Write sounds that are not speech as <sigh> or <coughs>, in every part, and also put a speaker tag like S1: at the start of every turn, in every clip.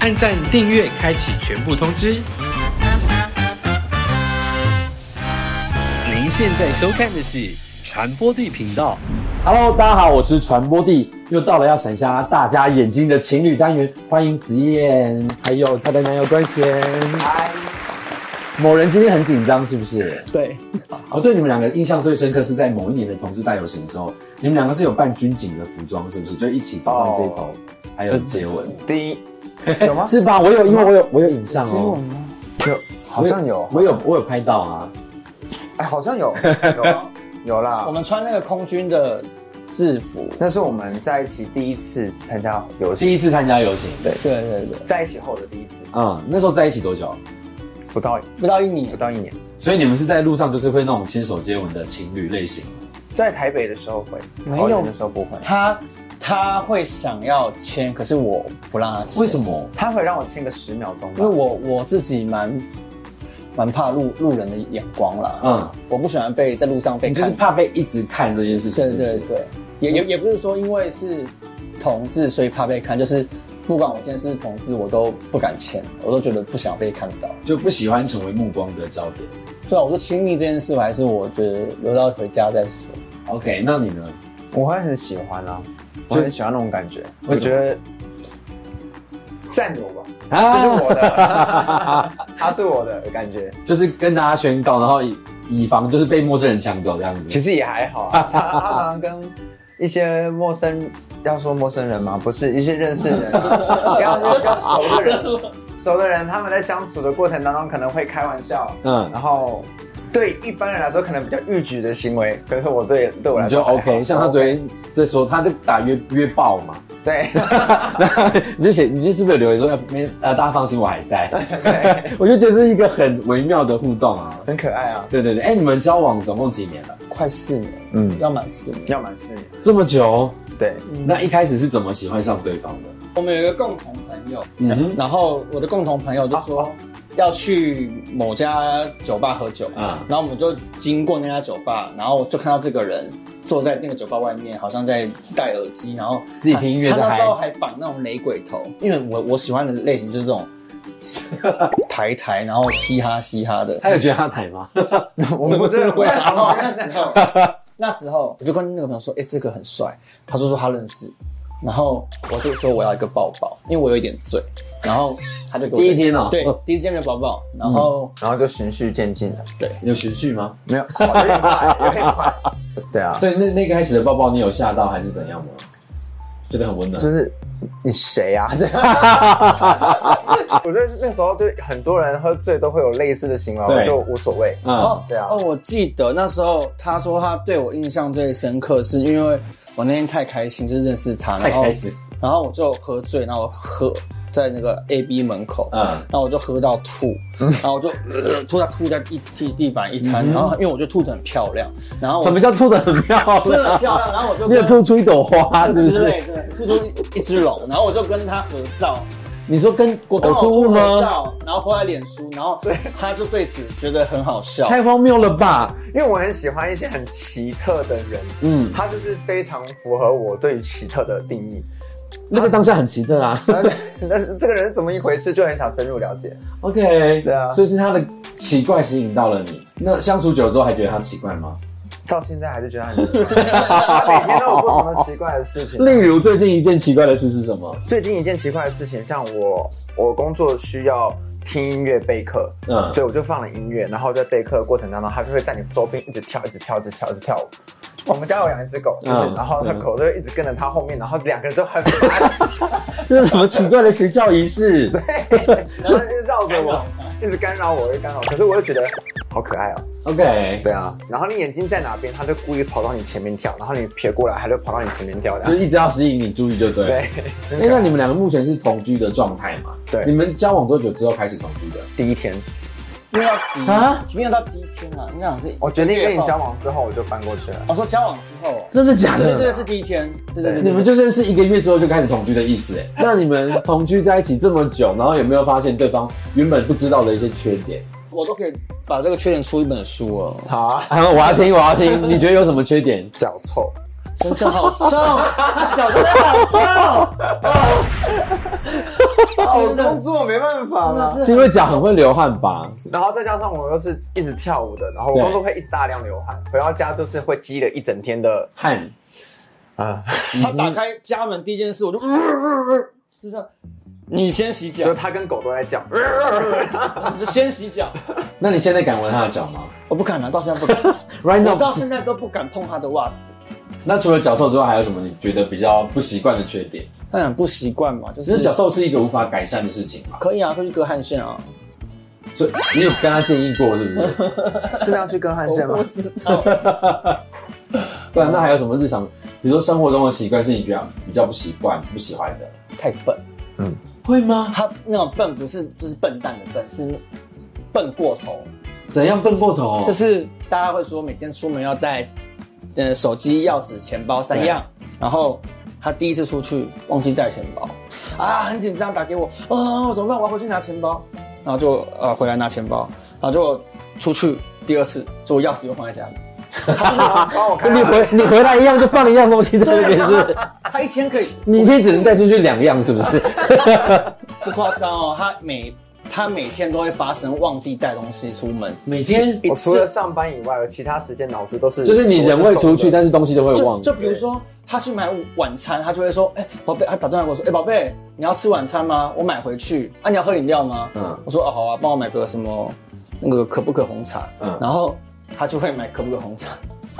S1: 按赞、订阅、开启全部通知。您现在收看的是传播地频道。
S2: Hello，大家好，我是传播帝，又到了要闪瞎大家眼睛的情侣单元，欢迎子燕，还有她的男友关贤。某人今天很紧张，是不是？
S3: 对，
S2: 我哦对你们两个印象最深刻是在某一年的同志大游行的时候，你们两个是有扮军警的服装，是不是？就一起走上街
S4: 哦
S2: 头，还有接吻，
S4: 第一，
S3: <laughs> 有吗？
S2: 是吧？我有，因为我有我有影像
S3: 接吻
S2: 哦，
S3: 吗？
S4: 好像有，
S2: 我有我有拍到啊。
S4: 哎，好像
S3: <laughs>
S4: 有，有啊有
S3: 我
S4: 啦。
S3: 们穿那个空军的制服。
S4: 那是我们在一起第一次参加游戏，
S2: 第一次参加游行，对，
S3: 对对对，
S4: 在一起后的第一次，
S2: 嗯，那时候在一起多久？
S4: 不到
S3: 不到一
S4: 不
S3: 米，
S4: 到一年，
S2: 所以你们是在路上就是会那种牵手接吻的情侣类型。
S4: 在台北的时候会，
S3: 没
S4: 桃
S3: 有
S4: 园的时候不会。
S3: 他他会想要签，可是我不让他签，
S2: 为什？么？
S4: 他会让我亲个十秒钟吧
S3: 因为，我我自己蛮蛮怕路路人的眼光啦，
S2: 嗯，
S3: 我不喜欢被在路上被
S2: 你就是
S3: 看。
S2: 怕被一直看这件事情，
S3: 对
S2: 是不
S3: 对
S2: 是？
S3: 对，也也也不是说因为是同志所以怕被看，就是不管我今天是不是同志，我都不敢签，我都觉得不想被看到。
S2: 就不喜欢成为目光的焦点。
S3: 虽然我说亲密这件事，我还是我觉得留到回家再说。
S2: OK，那你呢？
S4: 我会很喜欢啊，我很喜欢那种感觉。
S2: 为什么
S4: 我觉得占有吧，这是
S2: 啊，
S4: 我的，
S3: <laughs>
S4: 他是我的感觉。
S2: 就是跟大家宣告，然后以以防就是被陌生人抢走这样
S4: <laughs> 其
S2: 子。
S4: 实也还好啊，他他常常跟一些陌生，要说陌生人吗？不是，一些认识 <laughs> 人，不要说比较熟的人，熟的人他们在相处的过程当中可能会开玩笑，
S2: 嗯，
S4: 然后对一般人来说可能比较逾矩的行为，可是我对对我来
S2: 你就
S4: 说还好
S2: OK。像他昨天在说，他在打约约爆嘛， <laughs>
S4: 对 <laughs>
S2: 你就写，你就是不是有留言说要没呃，大家放心，我还在。
S4: 对，
S2: <laughs> 我就觉得是一个很微妙的互动啊。
S4: 很可爱啊，
S2: 对对对，哎、你们交往总共几年了？
S3: 快四年，
S4: 嗯，
S3: 要满四年。
S4: 要满四年，
S2: 这么久？
S4: 对，
S2: 那一开始是怎么喜欢上对方的？
S3: 我们有一个共同朋友，
S2: 嗯哼，
S3: 然后我的共同朋友就说要去某家酒吧喝酒，
S2: 啊
S3: 然后我们就经过那家酒吧，然后就看到这个人坐在那个酒吧外面，好像在戴耳机，然后
S2: 自己听音乐
S3: 他
S2: 在
S3: 那
S2: 嗨
S3: 时候还绑那种雷鬼头，因为我我喜欢的类型就是
S2: <laughs>
S3: 这种台台，然后嘻哈嘻哈的。
S2: 他有觉得他抬吗？
S4: <laughs> <laughs> 我们真的会
S3: 那时候，那时候， <laughs> 那时候，我就跟那个朋友说，哎、这个很帅，他就说他认识，然后我就说我要一个抱抱，因为我有一点醉，然后他就给我
S2: 第一天哦嗯
S3: 对，第一次见面抱抱，然后、哦
S4: 然后就循序渐进的，
S2: 有情绪吗？
S4: 没有，哦有点快，有点 <laughs> 快，对啊，
S2: 所以那那个开始的抱抱，你有吓到还是怎样吗？觉得很温暖
S4: 就。是你谁啊？ <laughs> 这样我觉得那时候就很多人喝醉都会有类似的形容，
S2: 对
S4: 就无所谓。
S2: 嗯
S3: 哦，
S4: 对啊
S3: 哦，我记得那时候他说他对我印象最深刻，是因为我那天太开心，就是认识他，
S2: 太
S3: 然后
S2: 开心
S3: 然后我就喝醉，然后我喝在那个 A B 门口，
S2: 嗯
S3: 然后我就喝到吐，然后我就、呃吐在吐在地地地板一滩，然后因为我就吐得很漂亮，然后我
S2: 嗯什么叫吐的很漂
S3: 吐得很
S2: 亮？
S3: 漂亮，然后我就
S2: 你
S3: 跟
S2: 有吐出一朵花，是不
S3: 之
S2: 是？
S3: 类的吐出一只龙，然后我就跟他合照，
S2: 你说跟
S3: 我
S2: 呕
S3: 跟我
S2: 吐物
S3: 吐合
S2: 吗？
S3: 照，然后泼在脸书，然后他就对此觉得很好笑，
S2: 太荒谬了吧！
S4: 因为我很喜欢一些很奇特的人，
S2: 嗯，
S4: 他就是非常符合我对于奇特的定义。
S2: 那个当下很奇特啊。
S4: 然后那这个人是 <laughs> 怎么一回事，就很想深入了解。
S2: OK，
S4: 对啊
S2: 所以是他的奇怪吸引到了你。那相处久了之后还觉得他奇怪吗？
S4: 到现在还是觉得他很奇怪，他每天都有不同的奇怪的事
S2: <laughs>
S4: 情。啊
S2: 例如最近一件奇怪的事是什么？ <laughs>
S4: 最近一件奇怪的事情，像我我工作需要听音乐备课，
S2: 嗯，
S4: 所以我就放了音乐，然后在备课的过程当中，它就会在你周边一直跳，一直跳，一直跳，一直跳舞。我们家有养一只狗，就是，
S2: 嗯
S4: 然后那
S2: 嗯
S4: 狗就一直跟着它后面，然后两个人就
S2: <laughs>
S4: 很烦，
S2: 这是什么奇怪的邪教仪式？
S4: 然后一直绕着我，一直干扰我，一直干扰我。可是我又觉得好可爱哦，
S2: <laughs> OK，
S4: 对啊。然后你眼睛在哪边，它就故意跑到你前面跳，然后你撇过来，它就跑到你前面跳，这
S2: 就
S4: 样
S2: 一直要吸引你注意就对了。
S4: 对。
S2: 哎、 <laughs> 那你们两个目前是同居的状态吗？
S4: 对
S2: 你们交往多久之后开始同居的？
S4: <laughs> 第一天，
S3: 没有到第一
S2: 啊
S3: 没有到第一天啊，应该好像是
S4: 我决定跟你交。往之后，我就搬过去了。
S3: 我说交往之后哦，
S2: 真的假
S3: 对
S2: 的？
S3: 对对，是第一天，对对对，
S2: 你们
S3: 就
S2: 就认识一个月之后就开始同居的意思哎？ <laughs> 那你们同居在一起这么久，然后有没有发现对方原本不知道的一些缺 <laughs> 点？
S3: 我都可以把这个缺点出一本书哦，
S4: 好啊，
S2: 啊，我要听，我要听，你觉得有什么缺 <laughs> 点？
S4: <laughs> 脚臭，
S3: 真啊的好臭，脚真的好臭，
S4: 找哦工作啊没办法
S3: 真的
S4: 了。
S3: 是
S2: 是因为脚很会流汗吧？
S4: 然后再加上我又是一直跳舞的，然后我
S2: 对
S4: 工作会一直大量流汗，回到家就是会积了一整天的
S2: 汗，
S4: 啊，
S2: 嗯
S3: 他打开家门第一件事，我就，呃呃呃就这样，你先洗
S4: <laughs> 就是
S3: 脚，
S4: 他跟狗都在 <laughs> 叫，
S3: 你就先洗脚。
S2: 那你现在敢闻他的脚吗
S3: 我不敢啊，到现在
S4: <laughs>
S3: 不敢，
S2: ？Right
S3: 我到
S2: now，
S3: 现在都不敢碰他的袜子。
S2: 那除了脚臭之外，还有什么你觉得比较不习惯的缺点？
S3: 当然不习惯嘛，就
S2: 其实
S3: 是
S2: 脚臭是一个无法改善的事情嘛，
S3: 可以啊，可以割汗腺啊。
S2: 所以你有跟他建议过是不
S3: <laughs>
S2: 是？
S4: 是这样去跟汗
S3: 我
S4: 腺吗
S3: 不？知道，
S2: 对啊，那还有什么日常，比如说生活中的习惯是你比较比较不习惯、不喜欢的？
S3: 太笨。
S2: 会吗？
S3: 他那种笨不是就是笨蛋的笨，是那笨过头。
S2: 怎样笨过头？
S3: 就是大家会说每天出门要带，呃，手机、钥匙、钱包三样。然后他第一次出去忘记带钱包，啊，很紧张，打给我，哦，怎么办？我要回去拿钱包。然后就呃回来拿钱包，然后就出去第二次，就我钥匙又放在家里。
S4: 帮 <laughs> 我看
S2: 你回你回来一样就放了一样东西在那边，是不是？
S3: 他一天可以
S2: 你一天只能带出去两样，是不是？
S3: <laughs> 不夸张哦，他每他每天都会发生忘记带东西出门，
S2: 每天
S4: 我除了上班以外，我其他时间脑子都是
S2: 就是你人会出去，但是东西都会
S3: 就
S2: 忘。
S3: 就比如说他去买晚餐，他就会说：“哎、宝贝，他打电话给我说，哎、宝贝，你要吃晚餐吗？我买回去。啊，你要喝饮料吗？”
S2: 嗯
S3: 我说：“哦，好啊，帮我买个什么那个可不可红茶。”
S2: 嗯
S3: 然后他就会买可不可红茶，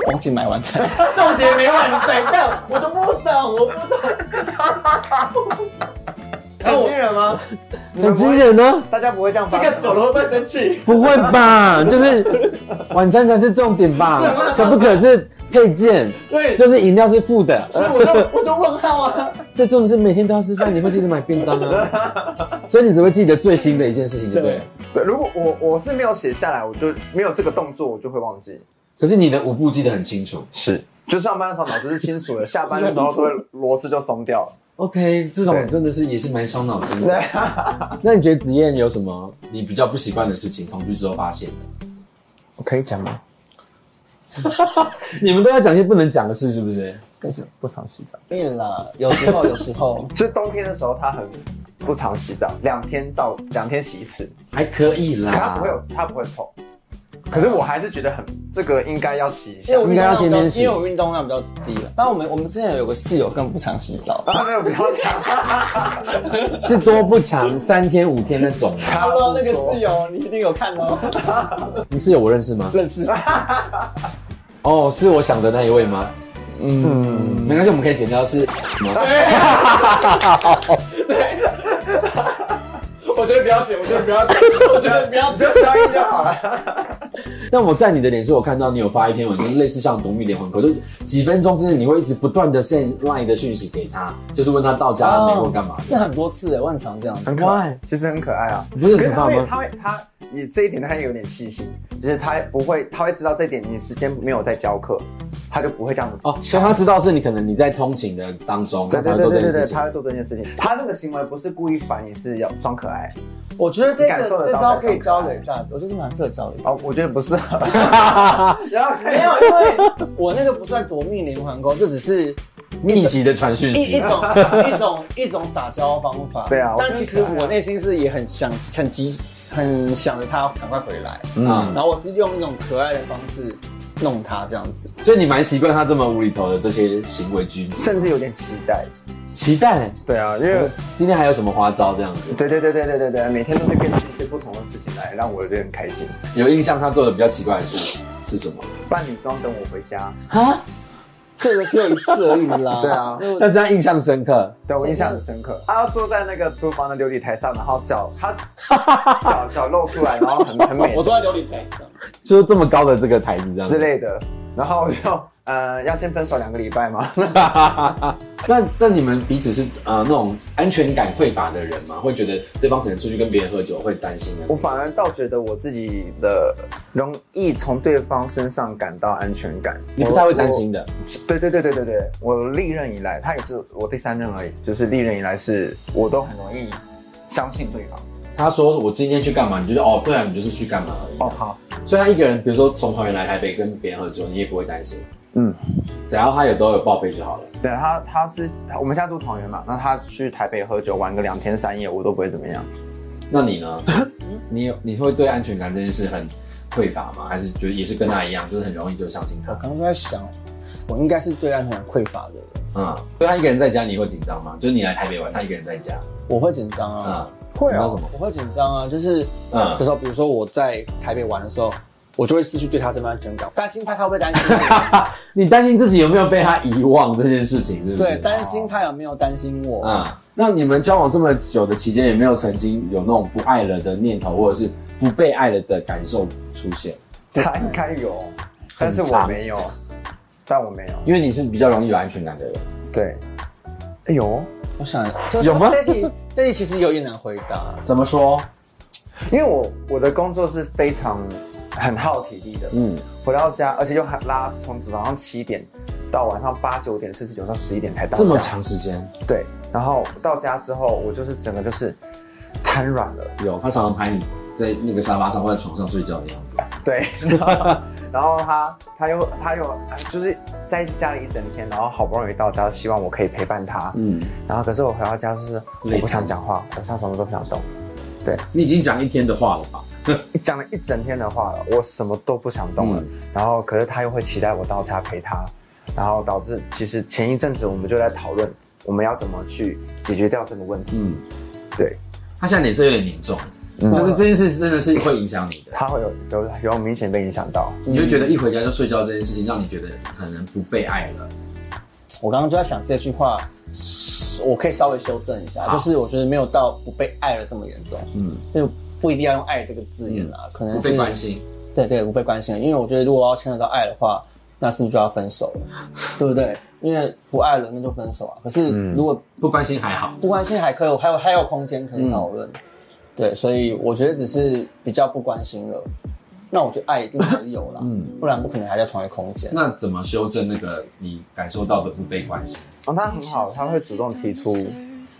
S3: 忘记买晚餐。重点没让你买到，我都不懂，我不懂。
S4: 我
S3: 哎
S4: 是很惊人吗？
S2: 很惊人呢，
S4: 大家不会这样发
S3: 这
S4: 生吗。
S3: 个久了会不会生气？
S2: 不会吧？就是 <laughs> 晚餐才是重点吧
S3: 对我？
S2: 可不可是配件？
S3: 对，
S2: 就是饮料是附的，
S3: 所以我就我就问号啊。
S2: 最重点是每天都要吃饭，你会记得买便当啊。所以你只会记得最新的一件事情，对不对
S4: 对，
S3: 对？
S4: 如果我我是没有写下来，我就没有这个动作，我就会忘记。
S2: 可是你的舞步记得很清楚。
S4: 是，就上班的时候脑子是清楚的，下班的时候都会螺丝就松掉了。
S2: OK，这种
S4: 对
S2: 真的是也是蛮伤脑筋
S4: <laughs> 对
S3: 啊
S2: 的。，那你觉得子燕有什么你比较不习惯的事情，同居之后发现的？
S4: 我可以讲吗？
S2: <laughs> 你们都要讲些不能讲的事，是不是？
S4: 可以不常洗澡，
S3: <laughs> 对啦，有时候有时候
S4: 就是冬天的时候他很不常洗澡，两天到两天洗一次，
S2: 还可以
S4: 可他
S2: 啦
S3: 啊
S4: 不会。有他不会臭。可是我还是觉得很这个应该要洗一下
S3: 因为。我
S2: 应
S3: 运
S2: 该
S3: 动
S2: 要天
S3: 量比较
S2: 天洗
S3: 因为我运动量比较低了。但我们我们之前有个室友更不常洗澡，
S4: 啊， <laughs> 没有不要讲，
S2: 是多不长，三天五天那种。啊
S3: 哈喽，那个室友你一定有看哦，
S2: 你室友我认识吗？
S3: 认识。
S2: 哦，是我想的那一位吗？嗯，没关系，我们可以剪掉是什么？
S3: 我觉得不要剪，我觉得不要剪，我觉得不要
S4: 你 <laughs> 就消音就好了。
S2: 但我在你的脸书，我看到你有发一篇文，就是类似像夺命连环扣，就几分钟之内你会一直不断的 send line 的讯息给他，就是问他到家了没，
S3: 哦
S2: 或干嘛的。
S4: 嗯
S3: 那很多次哎，万常这样子。
S4: 很可爱，其实很可爱啊。
S2: 不是很可怕
S4: 他会，
S2: 吗？
S4: 他会，他你这一点他也有点细心，就是他不会，他会知道这点你时间没有在教课，他就不会这样子。
S2: 哦，所以他知道是你可能你在通勤的当中，
S4: 对
S2: 他才
S4: 对
S2: 会
S4: 对
S2: 做这
S4: 对
S2: 件
S4: 对对，
S2: 事情
S4: 他。会做这件事情。他那个行为不是故意烦你，是要装可爱。
S3: 我觉得这
S4: 感受得
S3: 个这
S4: 到
S3: 招可以教给大家，我觉得这蛮适合教给大家。
S4: 哦，我觉得 <laughs> 不是。然后
S3: 没有，因为我那个不算夺命连环钩，这只是
S2: 密集的传讯
S3: 一一
S2: 息，啊
S3: 种一种一种撒娇方法。
S4: 对啊我
S3: 但
S4: 觉得
S3: 其实
S4: 可爱啊
S3: 我内心是也很想很急很想着他赶快回来，啊
S2: 嗯
S3: 然后我是用一种可爱的方式弄他这样子。
S2: 所以你蛮习惯他这么无厘头的这些行为举止。
S4: 甚至有点期待。
S2: 期待
S4: 对啊，因为
S2: 今天还有什么花招这样子？
S4: 对对对对对对对，每天都会变出一些不同的事情来，让我觉得很开心。
S2: 有印象他做的比较奇怪的事是什么？
S4: 扮女装等我回家，
S2: 啊？
S3: 这个只有一次而已啦。
S4: <laughs> 对啊
S3: 因为
S2: 但是他印象深刻。
S4: 对我印象很深刻。他要坐在那个厨房的琉璃台上，然后脚他 <laughs> 脚脚露出来，然后很很美
S3: 我坐在琉璃台上，
S2: 就是这么高的这个台子这样子
S4: 之类的。然后我就呃要先分手两个礼拜嘛，
S2: 那那你们彼此是呃那种安全感匮乏的人吗？会觉得对方可能出去跟别人喝酒会担心的
S4: 我？反而倒觉得我自己的容易从对方身上感到安全感，
S2: 你不太会担心的，
S4: 对对对对对对，我历任以来，他也是我第三任而已，就是历任以来是我都很容易相信对方。
S2: 他说我今天去干嘛，你就是哦，对啊，你就是去干嘛而已。
S4: 哦，好，
S2: 所以他一个人，比如说从桃园来台北跟别人喝酒，你也不会担心。
S4: 嗯，
S2: 只要他有都有报备就好了。
S4: 对他他之他我们现在住桃园嘛，那他去台北喝酒玩个两天三夜，我都不会怎么样。
S2: 那你 <laughs> 呢？你有你会对安全感这件事很匮乏吗？还是觉得也是跟他一样，就是很容易就相信
S3: 我
S2: 他？
S3: 刚刚在想，我应该是对安全很匮乏的人，
S2: 嗯，所以他一个人在家你会紧张吗？就是你来台北玩，他一个人在家，
S3: 我会紧张啊，
S2: 嗯
S4: 哦
S3: 会
S2: 紧
S3: 啊
S2: 张什么，
S3: 我会紧张啊，就是
S2: 嗯
S3: 这，时候，比如说我在台北玩的时候，我就会失去对他这份安全感，担心他他会不会担心
S2: <laughs>
S3: 我，
S2: 你担心自己有没有被他遗忘这件事情，是不是？
S3: 对，担心他有没有担心我，
S2: 嗯，那你们交往这么久的期间，也没有曾经有那种不爱了的念头，或者是不被爱了的感受出现？
S4: 他应该有，但是我
S2: 长
S4: 没有，但我没有。
S2: 因为你是比较容易有安全感的人。
S4: 对，哎呦，
S2: 哦
S3: 我想这
S2: 有吗
S3: 这题这题其实有点难回答，
S2: 怎么说？
S4: 因为我我的工作是非常很耗体力的，
S2: 嗯，
S4: 回到家，而且又还拉从早上七点到晚上八九点，甚至有到十一点才到家。
S2: 这么？长时间，
S4: 对。然后到家之后，我就是整个就是瘫软了。
S2: 有他常常拍你在那个沙发上或者床上睡觉的样子。
S4: 对， <laughs> 然后他他又他又就是在家里一整天，然后好不容易到家，希望我可以陪伴他。
S2: 嗯，
S4: 然后可是我回到家就是
S2: 累
S4: 我不想讲话，我想什么都不想动，
S2: 你已经讲一天的话了吧？
S4: 一讲了一整天的话了，我什么都不想动了。
S2: 嗯
S4: 然后可是他又会期待我到家陪他，然后导致其实前一阵子我们就在讨论我们要怎么去解决掉这个问题。
S2: 嗯，
S4: 对，
S2: 他现在脸色有点凝重，
S4: 嗯
S2: 就是这件事真的是会影响你的。
S4: 他会有有有明显被影响到。
S2: 你会觉得一回家就睡觉这件事情，让你觉得可能不被爱了。
S3: 我刚刚就在想这句话，我可以稍微修正一下，
S2: 好
S3: 就是我觉得没有到不被爱了这么严重，
S2: 嗯，
S3: 就不一定要用爱这个字眼啊，可能
S2: 不
S3: 是
S2: 被关心。
S3: 对对不被关心了，因为我觉得如果要牵扯到爱的话，那是不是就要分手
S2: <laughs>
S3: 了，对不对？因为不爱了那就分手啊。可是
S4: 嗯
S3: 如果
S2: 不关心还好，
S3: 不关心还可以，还有还有空间可以讨论，
S2: 嗯
S3: 对，所以我觉得只是比较不关心了。那我觉得爱一定还是有啦，
S2: 嗯
S3: 不然不可能还在同一个空间。
S2: 那怎么修正那个你感受到的不被关心？
S4: 哦，他很好，他会主动提出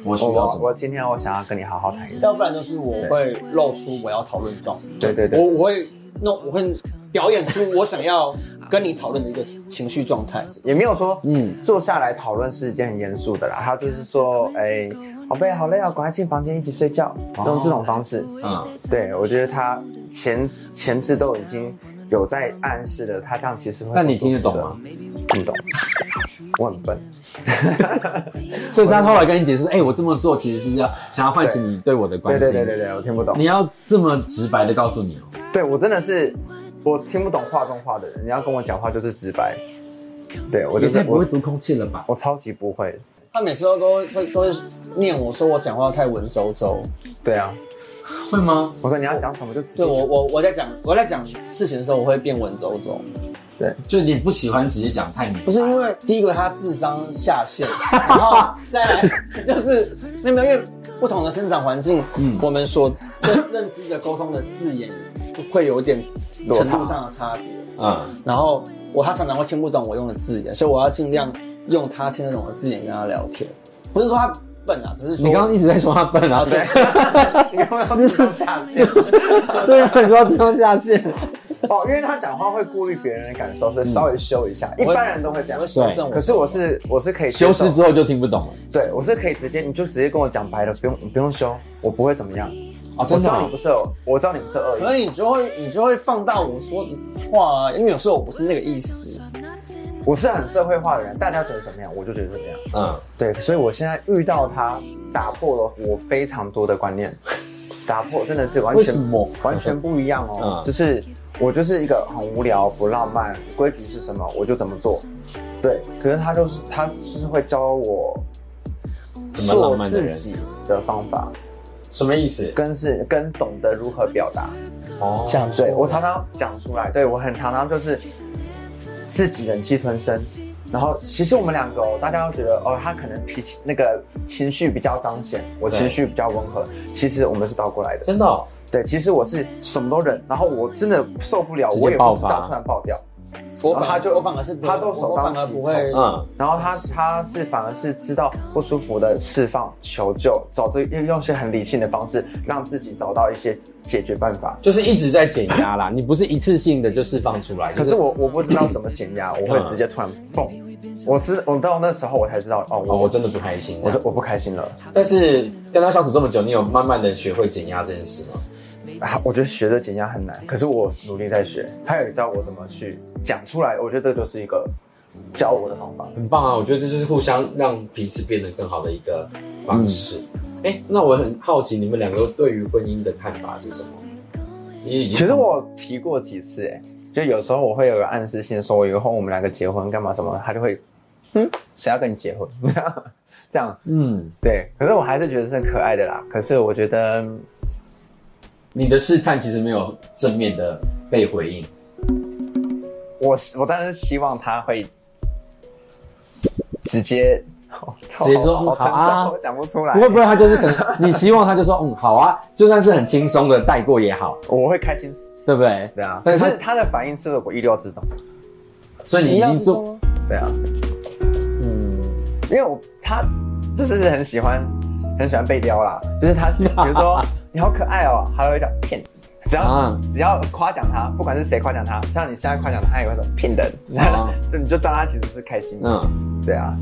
S2: 我需
S4: 我
S2: 要
S4: 我
S2: 什
S4: 我
S2: 么？嗯
S4: 今天我想要跟你好好谈一谈。
S3: 要不然就是我会露出我要讨论状态，
S4: 对对对
S3: 我我会弄，我会表演出我想要跟你讨论的一个情情绪状态。
S4: 也没有说，
S2: 嗯
S4: 嗯，坐下来讨论是一件很严肃的啦。他就是说，哎、宝贝，好累啊，赶快进房间一起睡觉，用这种方式。
S2: 嗯，
S4: 对，我觉得他前前置都已经有在暗示了，他这样其实会。
S2: 但你听得懂吗？？
S4: 听不懂，我很
S2: <laughs>
S4: 笨。
S2: 所以他后来跟你解释，哎、我这么做其实是要想要唤起你对我的关
S4: 对
S2: 心。
S4: 对对对对，我听不懂
S2: 你。要这么直白的告诉你哦。
S4: 对我真的是，我听不懂话中话的人，你要跟我讲话就是直白。对我
S2: 我
S4: 就
S2: 现
S4: 是
S2: 在不会
S4: 我，
S2: 读空气了吧？
S4: 我超级不会。
S3: 他每次都都会都会念我说我讲话太文绉绉，
S4: 对啊，
S2: 会吗？
S4: 我说你要讲什么就直接
S3: 对
S4: 讲。
S3: 我我我在讲我在讲事情的时候我会变文绉绉，
S2: 就你不喜欢直接讲太明白。
S3: 不是因为第一个他智商下线，然后
S4: <laughs>
S3: 再来就是那没有因为不同的生长环境，
S4: 嗯
S3: 我们所认认知的沟通的字眼就会有点
S4: 落
S3: 程
S4: 差
S3: 度上的差别。
S2: 嗯，
S3: 然后我他常常会听不懂我用的字眼，所以我要尽量用他听得懂的字眼跟他聊天。不是说他笨啊，只是说
S2: 你刚刚一直在说他笨啊，对，
S3: <laughs>
S4: 你要不要讲下线？
S2: 对啊，你说他要下线，
S4: 哦，因为他讲话会顾虑别人的感受，所以稍
S2: 嗯
S4: 微修一下，一
S3: 我会
S4: 般人都会这样
S3: 我会。修 <laughs> 正我。
S4: 可是我是我是可以
S2: 修
S4: 接受
S2: 饰之后就听不懂了。
S4: 对我是可以直接，你就直接跟我讲白了，不用你不用修，我不会怎么样。
S2: 哦，
S4: 我
S2: 真
S4: 知
S2: 的
S4: 道
S2: 哦
S4: 你不，是恶，我知道你不是恶
S3: 可
S4: 意。
S3: 能你就会你就会放大我说的话啊，因为有时候我不是那个意思。
S4: 我是很社会化的人，大家觉得怎么样，我就觉得怎么样。
S2: 嗯，
S4: 对，所以我现在遇到他，打破了我非常多的观 <laughs> 念，打破真的是完
S2: 为
S4: 全
S2: 什么
S4: 完全不一样哦。
S2: 嗯
S4: 就是我就是一个很无聊、不浪漫，规矩是什么我就怎么做。对，可是他就是他就是会教我
S2: 怎么浪
S4: 做
S2: 漫的
S4: 自
S2: 人？
S4: 己的方法，
S2: 什么意思？
S4: 跟是跟懂得如何表达。
S2: 哦，
S3: 讲出
S4: 对我常常讲出来，对我很常常就是自己忍气吞声。然后其实我们两个、哦，大家都觉得哦，他可能脾气那个情绪比较彰显，我
S2: 对
S4: 情绪比较温和。其实我们是倒过来的，
S2: 真的哦，
S4: 对，其实我是什么都忍，然后我真的受不了，
S2: 直接
S4: 我也
S2: 爆
S4: 不知
S2: 发
S4: 道突然爆掉。
S3: 我
S4: 然
S3: 反
S4: 后他
S3: 而
S4: 就
S3: 我反而是不
S4: 他都首
S3: 我
S4: 当
S3: 反而
S4: 其冲
S3: 不会，啊
S2: 嗯，
S4: 然后他他是反而是知道不舒服的释放求救，找这用用一些很理性的方式，让自己找到一些解决办法。
S2: 就是一直在减压啦，你不是一次性的就释放出来，
S4: 可是我我不知道怎么减压，我会直接突然蹦。我知我到那时候我才知道哦，
S2: 哦，
S4: 我
S2: 我
S4: 我
S2: 真的不开心，
S4: 我
S2: 我
S4: 就我不开心了。
S2: 但是跟他相处这么久，你有慢慢的学会减压这件事吗？
S4: 啊，我觉得学的减压很难，可是我努力在学。他有教我怎么去讲出来，我觉得这就是一个教我的方法。
S2: 很棒啊！我觉得这就是互相让彼此变得更好的一个方式。哎、那我很好奇你们两个对于婚姻的看法是什么？你已经
S4: 其实我提过几次、哎，就有时候我会有个暗示性，说我以后我们两个结婚干嘛什么，他就会，嗯，谁要跟你结婚？ <laughs> 这样
S2: 嗯，
S4: 对。可是我还是觉得是很可爱的啦。可是我觉得
S2: 你的试探其实没有正面的被回应。
S4: 我我当然是希望他会直接，
S2: <laughs> 直接说
S4: 好
S2: 好啊
S4: 我讲不出来。
S2: 不会不会，他就是可能你希望他就说嗯好啊，就算是很轻松的带过也好，
S4: 我会开心死。
S2: 对不对？
S4: 对啊，
S2: 但
S4: 但
S2: 是
S4: 是他的反应是我意料之中。
S2: 所以你
S3: 你
S2: 已
S3: 要
S2: 经
S3: 是
S2: 做
S3: 说
S4: 对啊，嗯，因为我他就是很喜欢很喜欢被撩啦，就是他比
S2: <laughs>
S4: 如说你好可爱哦，他会讲骗你。只要、
S2: 啊
S4: 只要夸奖他，不管是谁夸奖他，像你现在夸奖他，他也会说骗人，
S2: 啊
S4: 这 <laughs> 你就知道他其实是开心的。
S2: 嗯
S4: 对啊，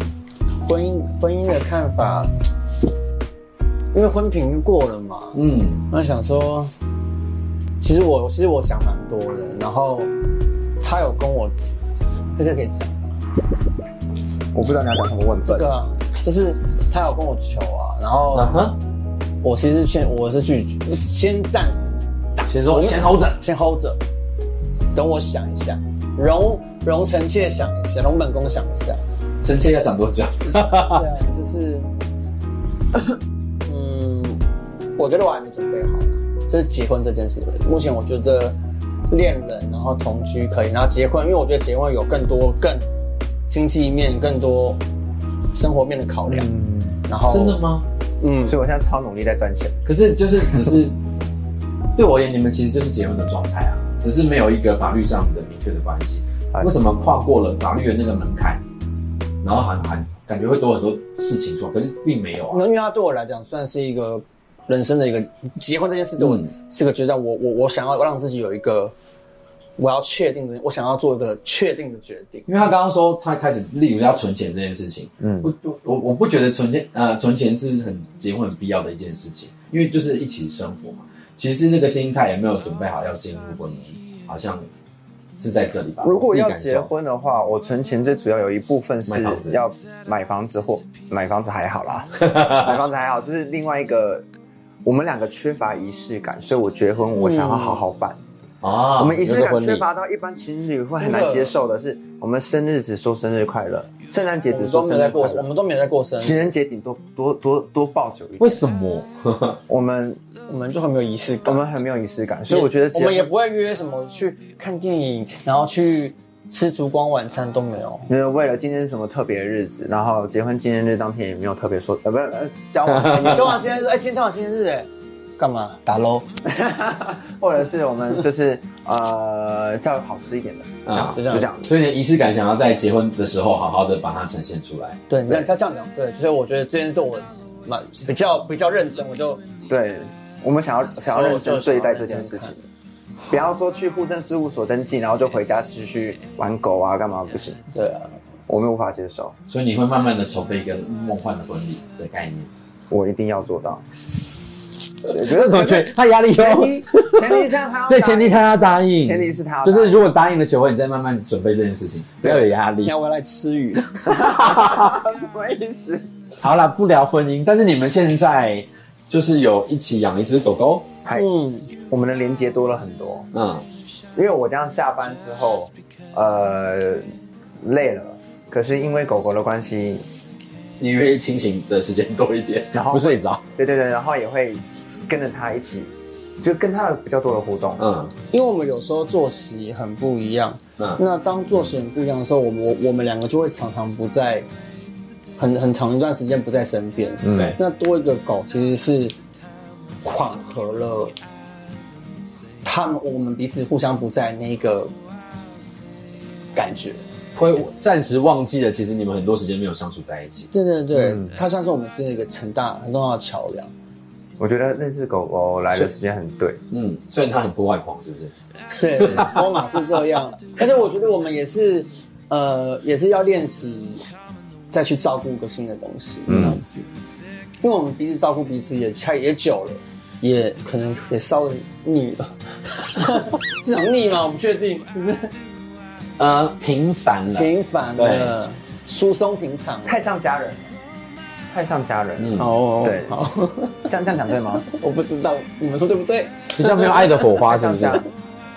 S3: 婚姻婚姻的看法，因为婚评过了嘛，
S2: 嗯
S3: 我在想说，其实我其实我想蛮多的，然后他有跟我，这个可以讲吗
S4: 我不知道你要讲什么问题。
S3: 这个啊就是他有跟我求啊，然后
S2: 啊哈，
S3: 我其实先我是拒绝，先暂时
S2: 先说先 hold 着，
S3: 先 hold 着，等我想一下，容容臣妾想一下，容本宫想一下，
S2: 臣妾要想多久？
S3: 对啊，就是， <coughs> 嗯，我觉得我还没准备好啦就是结婚这件事，目前我觉得恋人然后同居可以，然后结婚，因为我觉得结婚有更多更经济面、更多生活面的考量，然后
S2: 真的？吗？
S3: 嗯，
S4: 所以我现在超努力在赚钱。
S2: 可是就是只是对我而言，你们其实就是结婚的状态啊，只是没有一个法律上的明确的关系
S4: 哎。
S2: 为什么跨过了法律的那个门槛，然后很很感觉会多很多事情做，可是并没有啊
S3: 那。因为他对我来讲算是一个人生的一个结婚这件事对我
S2: 嗯
S3: 是个阶段，我我我想要让自己有一个我要确定的，我想要做一个确定的决定。
S2: 因为他刚刚说他开始，例如要存钱这件事情，
S4: 嗯
S2: 我我我我不觉得存钱呃存钱是很结婚很必要的一件事情，因为就是一起生活嘛。其实那个心态也没有准备好要进入婚姻，好像是在这里吧。
S4: 如果
S2: 我自己
S4: 要
S2: 感受
S4: 结婚的话，我存钱最主要有一部分
S2: 买
S4: 是
S2: 房子
S4: 要买房子或买房子还好啦， <laughs> 买房子还好，就是另外一个我们两个缺乏仪式感，所以我结婚我想要好好办。
S2: 啊，
S4: 我们仪式
S2: 有个
S4: 感
S2: 婚礼
S4: 缺乏到一般情侣会很难
S3: 真的
S4: 接受的是，我们生日只说生日快乐，圣诞节
S3: 我
S4: 只
S3: 们都
S4: 说
S3: 没
S4: 生
S3: 有
S4: 日
S3: 在
S4: 快
S3: 过，我
S4: 乐，
S3: 们都没有在过生
S4: 情
S3: 日，
S4: 人节顶多多多多抱久一点。
S2: 为什么？
S4: 我们
S3: 我们就很没有仪式
S4: 我
S3: 感。
S4: 们很没有仪式感，所以我觉得
S3: 我
S4: 结
S3: 们也
S4: 婚。
S3: 不会约什么去看电影，然后去吃烛光晚餐都没有。
S4: 因为为了今天是什么特别的日子，然后结婚纪念日当天也没有特别说，呃，不是，呃，交往纪念日
S3: 交往纪念日，哎，今天交往纪念日，哎，干嘛打喽？
S4: 或者是我们 <laughs> 就是呃叫好吃一点
S2: <laughs>
S4: 的，
S2: 啊
S4: 就
S3: 就
S4: 这
S3: 这
S4: 样
S3: 样
S4: 就这样。
S2: 所以你的仪式感想要在结婚的时候好好的把它呈现出来。
S3: 对，你这样这样讲，对，所以我觉得这件事对我蛮比较比较认真，我就
S4: 对，我们想要想要认真对待这件事情
S3: 就，
S4: 不要说去户政事务所登记，然后就回家继续玩狗啊干嘛不行，
S3: 对啊，
S4: 我们无法接受，
S2: 所以你会慢慢的筹备一个梦幻的婚礼的概念。
S4: 我一定要做到。对，觉得
S2: 我觉得他压力哦
S4: 前
S2: <laughs>
S4: 提前提像他要
S2: 对，前提他要答应，
S4: 前提是他要答
S2: 就
S4: 应
S2: 是如果答应了求婚，你再慢慢准备这件事情，不要有压力
S3: 你。要回来吃鱼。
S4: 什么意思？
S2: 好了，不聊婚姻，但是你们现在就是有一起养一只狗狗，
S4: 嗨，
S3: <laughs> 嗯，
S4: 我们的连接多了很多，
S2: 嗯，
S4: 因为我这样下班之后，呃，累了，可是因为狗狗的关系，
S2: 你会清醒的时间多一点，
S4: 然后
S2: 不睡着，
S4: 对对对，然后也会跟着他一起，就跟他有比较多的互动。
S2: 嗯
S3: 因为我们有时候作息很不一样，
S2: 嗯
S3: 那当作息很不一样的时候，我们我我们两个就会常常不在，很很长一段时间不在身边。
S4: 嗯
S2: 对，
S3: 那多一个狗其实是缓和了他们我们彼此互相不在那个感觉。
S2: 会暂时忘记了，其实你们很多时间没有相处在一起。
S3: 对对对，
S4: 嗯
S3: 它算是我们之间一个很大很重要的桥 <laughs> 梁。
S4: 我觉得那只狗狗来的时间很对，
S2: 嗯，虽然他很破坏狂，是不是？
S3: 对，托马是这样， <laughs> 但是我觉得我们也是，呃，也是要练习再去照顾一个新的东西，这
S2: 嗯
S3: 样子，因为我们彼此照顾彼此也太也久了，也可能也稍微腻了， <laughs> 这种腻吗？我不确定，就是
S2: 呃，平凡了。
S3: 平凡的、疏松平常。
S4: 太像家人了，太像家人了。
S2: 嗯，
S3: 哦
S4: 对
S3: 好，
S4: 这样这样讲对吗？
S3: 我不知道你们说对不对？
S2: 比较没有爱的火花，是不
S4: <laughs>
S2: 是
S4: 像？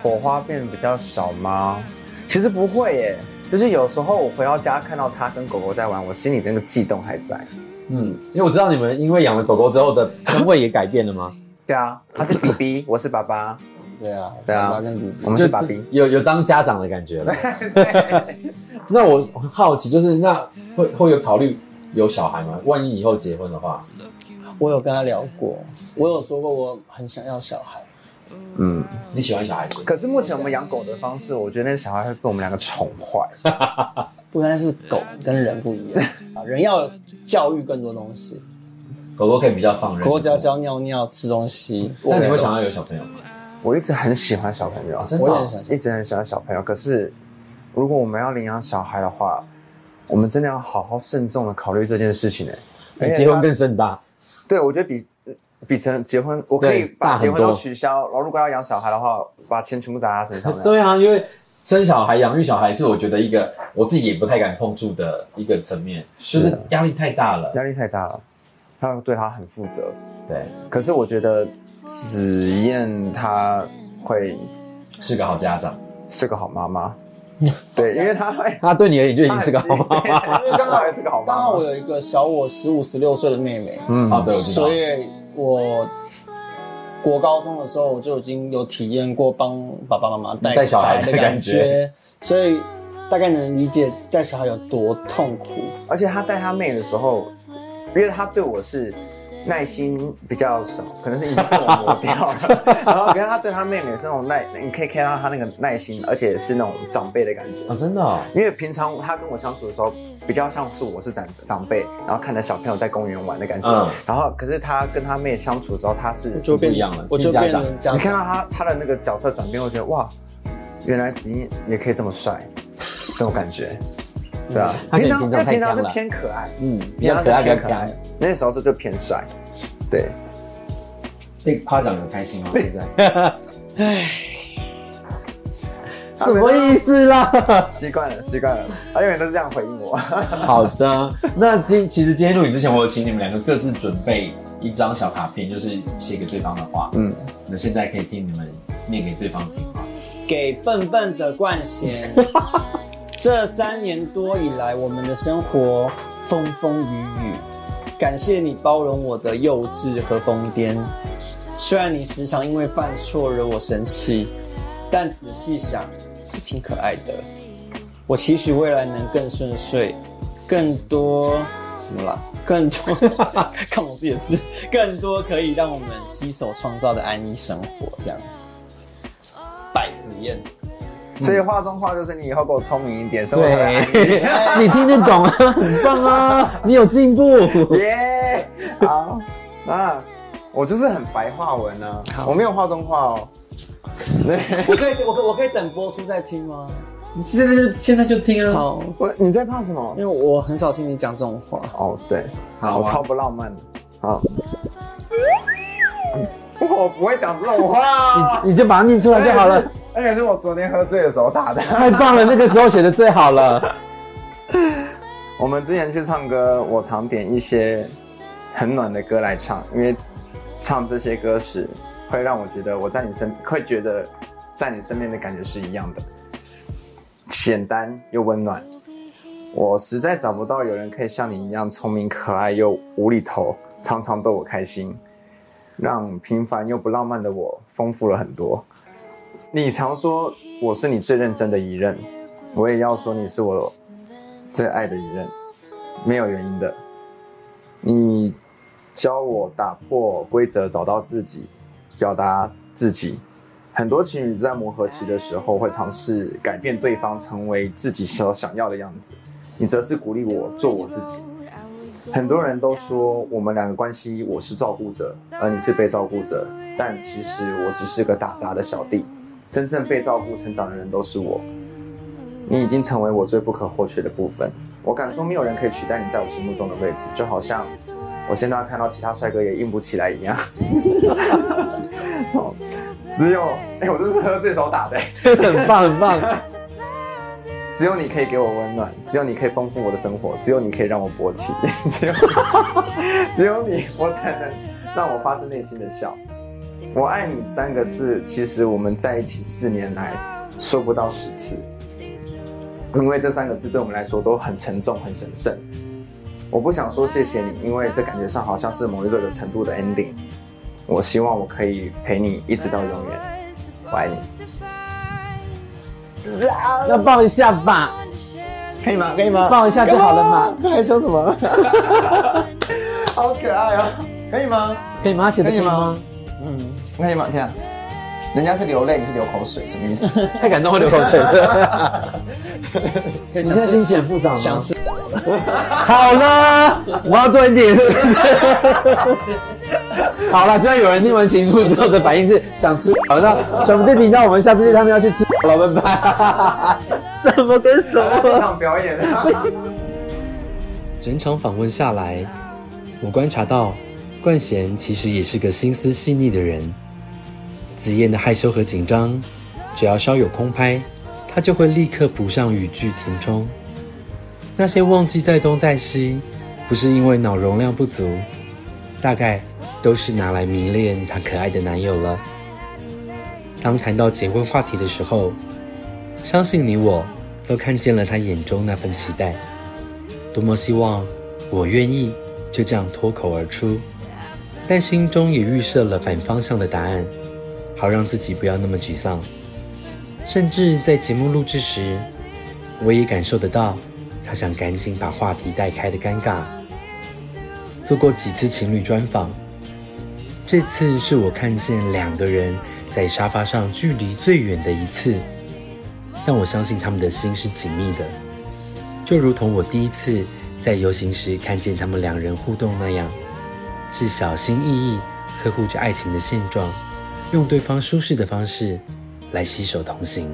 S4: 火花变得比较少吗？其实不会耶，就是有时候我回到家看到它跟狗狗在玩，我心里那个悸动还在。
S2: 嗯，因为我知道你们因为养了狗狗之后的称谓也改变了吗？
S4: 对啊，它是 B <coughs> B，我是爸爸，
S3: 对啊，
S4: 对啊
S3: 爸爸跟弟弟
S4: 我们是爸 B。
S2: 有有当家长的感觉了。 <laughs> 那我很好奇，就是那会会有考虑有小孩吗？万一以后结婚的话，
S3: 我有跟他聊过，我有说过我很想要小孩，
S4: 嗯，
S2: 你喜欢小孩子？
S4: 可是目前我们养狗的方式，我觉得那小孩会被我们两个宠坏。 <laughs>
S3: 不单单是狗跟人不 <laughs> 一样啊，人要教育更多东西，
S2: 狗狗可以比较放任，
S3: 狗狗只要。教尿尿、吃东西，我
S2: 那你会想要有小朋友吗？
S4: 我一直很喜欢小朋友，
S2: 啊真的
S3: 我
S2: 哦
S3: 也很想
S4: 一直很喜欢小朋友。可是如果我们要领养小孩的话，我们真的要好好慎重的考虑这件事情哎。
S2: 你结婚更盛大，
S4: 对，我觉得比比成结婚，我可以
S2: 对大
S4: 把
S2: 很
S4: 结婚都
S2: 多
S4: 取消，然后如果要养小孩的话，把钱全部砸在他身上。
S2: 对啊，因为生小孩、养育小孩是我觉得一个我自己也不太敢碰触的一个层面，就是压力太大了。
S4: 压力太大了，他要对他很负责。
S2: 对，
S4: 可是我觉得子燕她会
S2: 是个好家长，
S4: 是个好
S2: <laughs>
S4: 妈妈，对，因为她会，
S2: 他 <laughs> 对你而言就已
S4: 她
S2: 经是个好妈妈。 <laughs>
S4: 妈， <laughs> <laughs> 因为刚好也是个好
S3: 刚
S4: 妈
S3: 好我
S4: 妈。
S3: 有一个小我十五、十六岁的妹妹，
S4: 嗯
S2: 哦，对，我知道
S3: 所。以我国高中的时候我就已经有体验过帮爸爸妈妈带
S2: 带
S3: 小
S2: 小
S3: 孩
S2: 孩的
S3: 的感
S2: 感
S3: 觉
S2: 觉，
S3: 所以大概能理解带小孩有多痛苦。
S4: 而且她带她妹的时候，因为她对我是耐心比较少，可能是已经被我磨掉了。然后，可是她对她妹妹是那种耐，你可以看到她那个耐心，而且是那种长辈的感觉。
S2: 啊，真的哦、
S4: 因为平常她跟我相处的时候，比较像是我是长长辈，然后看着小朋友在公园玩的感觉。
S2: 嗯
S4: 然后，可是她跟她妹相处的时候，她是
S3: 就变
S2: 不一样了
S3: 我就
S2: 变
S3: 变
S2: 家长
S3: 成家
S4: 你看
S3: 长。
S4: 到他他的那个角色转变，我觉得哇，原来子怡也可以这么帅，这种感觉，对啊。
S2: 嗯他可能平常
S4: 因为
S2: 太
S4: 平常
S2: 僵
S4: 是
S2: 了
S4: 偏可爱，
S2: 嗯，比较可爱，比较可爱。，
S4: 那时候是就偏帅，对。
S2: 被夸奖很开心吗？现在？什么意思啦？
S4: 习惯了，习惯了，他永远都是这样回应我。
S2: 好的， <laughs> 那今其实今天录影之前，我有请你们两个各自准备一张小卡片，就是写给对方的话。
S4: 嗯，
S2: 那现在可以听你们念给对方听吗？
S3: 给笨笨的冠贤。这三年多以来，我们的生活风风雨雨，感谢你包容我的幼稚和疯癫。虽然你时常因为犯错惹我生气，但仔细想是挺可爱的。我期许未来能更顺遂，更多什么啦？更多 <laughs> 看我自己的字，更多可以让我们携手创造的安逸生活，这样子。百子宴。
S4: 所以画中画就是你以后给我聪明一点，生活才会安逸
S2: 你听得懂啊，很棒啊， <laughs> 你有进步。
S4: 耶。好，那我就是很白话文啊，我没有画中画哦。对，
S3: 我可以，我可我可以等播出再听吗？
S2: 现在就现在就听啊。
S3: 好，
S4: 我你在怕什么
S3: 因？为我很少听你讲这种话。
S4: 哦，对，
S2: 好啊
S4: 我超不浪漫的。好，嗯我不会讲这种话，
S2: 你就把它念出来就好了，
S4: <laughs> 而且是我昨天喝醉的时候 <laughs> 打的。
S2: 太棒了！那个时候写的最好了。
S4: 我们之前去唱歌，我常点一些很暖的歌来唱，因为唱这些歌时，会让我觉得我在你身，会觉得在你身边的感觉是一样的，简单又温暖。我实在找不到有人可以像你一样聪明、可爱又无厘头，常常逗我开心，让平凡又不浪漫的我丰富了很多。你常说我是你最认真的一任，我也要说你是我最爱的一任，没有原因的。你教我打破规则，找到自己，表达自己，很多情侣在磨合期的时候会尝试改变对方，成为自己所想要的样子。你则是鼓励我做我自己。很多人都说我们两个关系，我是照顾者，而你是被照顾者，但其实我只是个打杂的小弟。真正被照顾、成长的人都是我。你已经成为我最不可或缺的部分。我敢说，没有人可以取代你在我心目中的位置，就好像我现在看到其他帅哥也硬不起来一样。 <laughs> 哦只有，哎、我这是喝这手打的、欸
S2: 很棒很棒。
S4: 只有你可以给我温暖，只有你可以丰富我的生活，只有你可以让我勃起， <laughs> 只有只有你，我才能让我发自内心的笑。我爱你三个字，其实我们在一起四年来说不到十次，因为这三个字对我们来说都很沉重、很神圣。我不想说谢谢你，因为这感觉上好像是某一个程度的 ending。我希望我可以陪你一直到永远。我爱你。
S2: 那抱一下
S4: <laughs>
S2: 吧，
S4: 可以吗？可以吗
S2: 抱一下就好了嘛，
S4: 还说什么？好可爱哦！可以吗？
S2: 可以吗？写的可以吗？
S4: 嗯，可以吗？这样，人家是流泪，你是流口水，什么意思？
S2: 太感动会流口水了。
S3: 可以
S2: 你现
S3: 想
S2: 在
S3: 吃
S2: 心情很复杂吗？
S3: 想吃，
S2: 好了，我要做一点。好了，居然有人念完情书之后的反应是想吃。好，那转播电频道，我们下次见，他们要去吃好了，拜拜。什么跟什
S4: 现
S2: 么？
S4: 场表演。
S1: 整场访问下来，我观察到冠贤其实也是个心思细腻的人。子燕的害羞和紧张，只要稍有空拍，他就会立刻补上语句填充。那些忘记带东带西，不是因为脑容量不足，大概都是拿来迷恋她可爱的男友了。当谈到结婚话题的时候，相信你我都看见了她眼中那份期待。多么希望我愿意就这样脱口而出，但心中也预设了反方向的答案，好让自己不要那么沮丧。甚至在节目录制时，我也感受得到他想赶紧把话题带开的尴尬。做过几次情侣专访，这次是我看见两个人在沙发上距离最远的一次，但我相信他们的心是紧密的。就如同我第一次在游行时看见他们两人互动那样，是小心翼翼呵护着爱情的现状，用对方舒适的方式来携手同行。